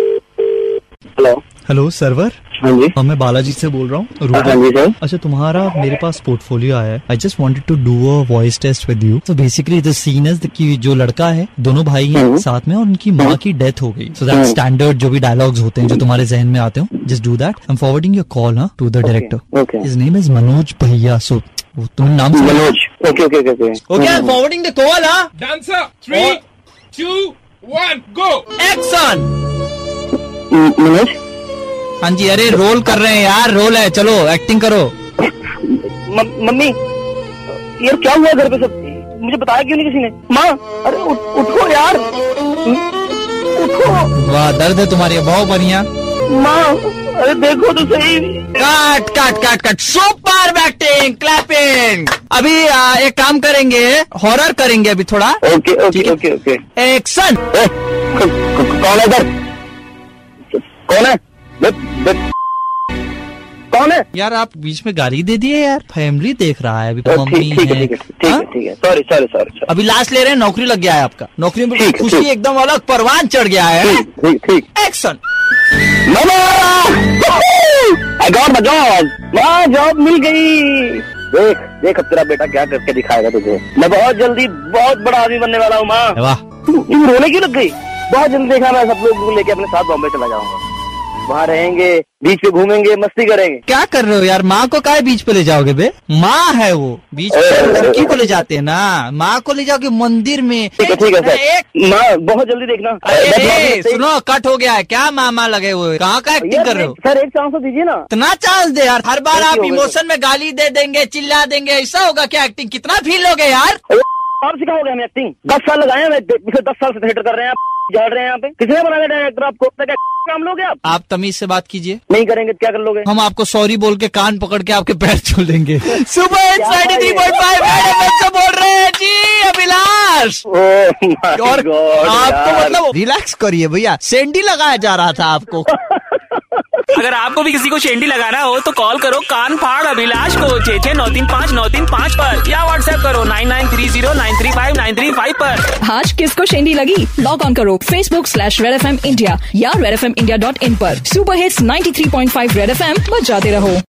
Hello hello server हाँ जी हाँ मैं बालाजी से बोल रहा हूँ हाँ रूपा जी सर अच्छा तुम्हारा मेरे पास पोर्टफोलियो आया है I just wanted to do a voice test with you so basically the scene is कि जो लड़का है दोनों भाई हाँ। हैं साथ में और उनकी माँ की डेथ हो गई सो दैट स्टैंडर्ड जो भी डायलॉग्स होते हैं जो हम्म। तुम्हारे जहन में आते हो just do that I am forwarding your call हां to the director okay. His name is Manoj भैया सो तुम नाम से Manoj okay okay okay okay okay I am forwarding the call हां Dancer, three, two, one, go. Action म- मनोज हाँ जी अरे रोल कर रहे हैं यार रोल है चलो एक्टिंग करो म- मम्मी यार क्या हुआ घर पे सब मुझे बताया क्यों नहीं किसी ने माँ अरे उठ- उठो यार हम्म? उठो वाह दर्द है तुम्हारी बहुत बढ़िया माँ अरे देखो तो सही काट काट काट काट सुपर बैटिंग क्लैपिंग अभी आ, एक काम करेंगे हॉरर करेंगे अभी थोड़ा ओके ठीक ओके ओके है। ओके एक्शन ए, क- क- कौन है इधर कौन है बे- बे- कौन है यार आप बीच में गाली दे दिए यार फैमिली देख रहा है अभी तो ओ, मम्मी तो ठीक ठीक है है ठीक है ठीक है हाँ? ठीक है सॉरी सॉरी सॉरी अभी लास्ट ले रहे हैं नौकरी लग गया है आपका नौकरी में ठीक है, खुशी ठीक। एकदम अलग परवान चढ़ गया है ठीक ठीक ठीक एक्शन मामा अगर मजाज माँ जॉब मिल गई देख देख अब तेरा बेटा क्या करके दिखाएगा तुझे मैं बहुत जल्दी बहुत बड़ा आदमी बनने वाला हूँ माँ वाह तुम रोने क्यों लग गई बहुत जल्दी देखना मैं सब लोगों को लेके अपने साथ बॉम्बे चला जाऊंगा वहाँ रहेंगे बीच पे घूमेंगे मस्ती करेंगे क्या कर रहे हो यार माँ को काहे बीच पे ले जाओगे बे माँ है वो बीच पे लड़की को ले जाते हैं ना माँ को ले जाओगे मंदिर में ठीक है ठीक है एक- सर माँ बहुत जल्दी देखना अरे बस माँ, रे, सही- सुनो कट हो गया है क्या मामा लगे हुए हो? कहाँ का एक्टिंग यार, कर रहे हो एक- सर एक चांस तो दीजिए ना इतना चांस दे यार हर बार गलती आप हो गई इमोशन में गाली दे देंगे चिल्ला देंगे ऐसा होगा क्या एक्टिंग कितना फील हो यार आप सिखाओगे हमें एक्टिंग दस साल लगाए हमें पिछले दस साल से थिएटर कर रहे हैं आप झाड़ रहे हैं यहाँ पे किसने बनाया डायरेक्टर आपको पता क्या काम लोगे आप आप तमीज से बात कीजिए नहीं करेंगे तो क्या कर लोगे हम आपको सॉरी बोल के कान पकड़ के आपके पैर छू देंगे सुबह साढ़े थ्री पॉइंट फाइव से बोल रहे हैं जी अभिलाष ओ Oh my और God, आपको यार। मतलब रिलैक्स करिए भैया सेंडी लगाया जा रहा था आपको अगर आपको भी किसी को शेंडी लगाना हो तो कॉल करो कान फाड़ अभिलाष को छे छे नौ तीन पाँच नौ तीन पाँच पर या व्हाट्सएप करो nine nine three zero nine three five nine three five पर आज किसको शेंडी लगी लॉग ऑन करो Facebook slash red F M India या redfmindia.in पर super hits 93.5 red F M बजाते रहो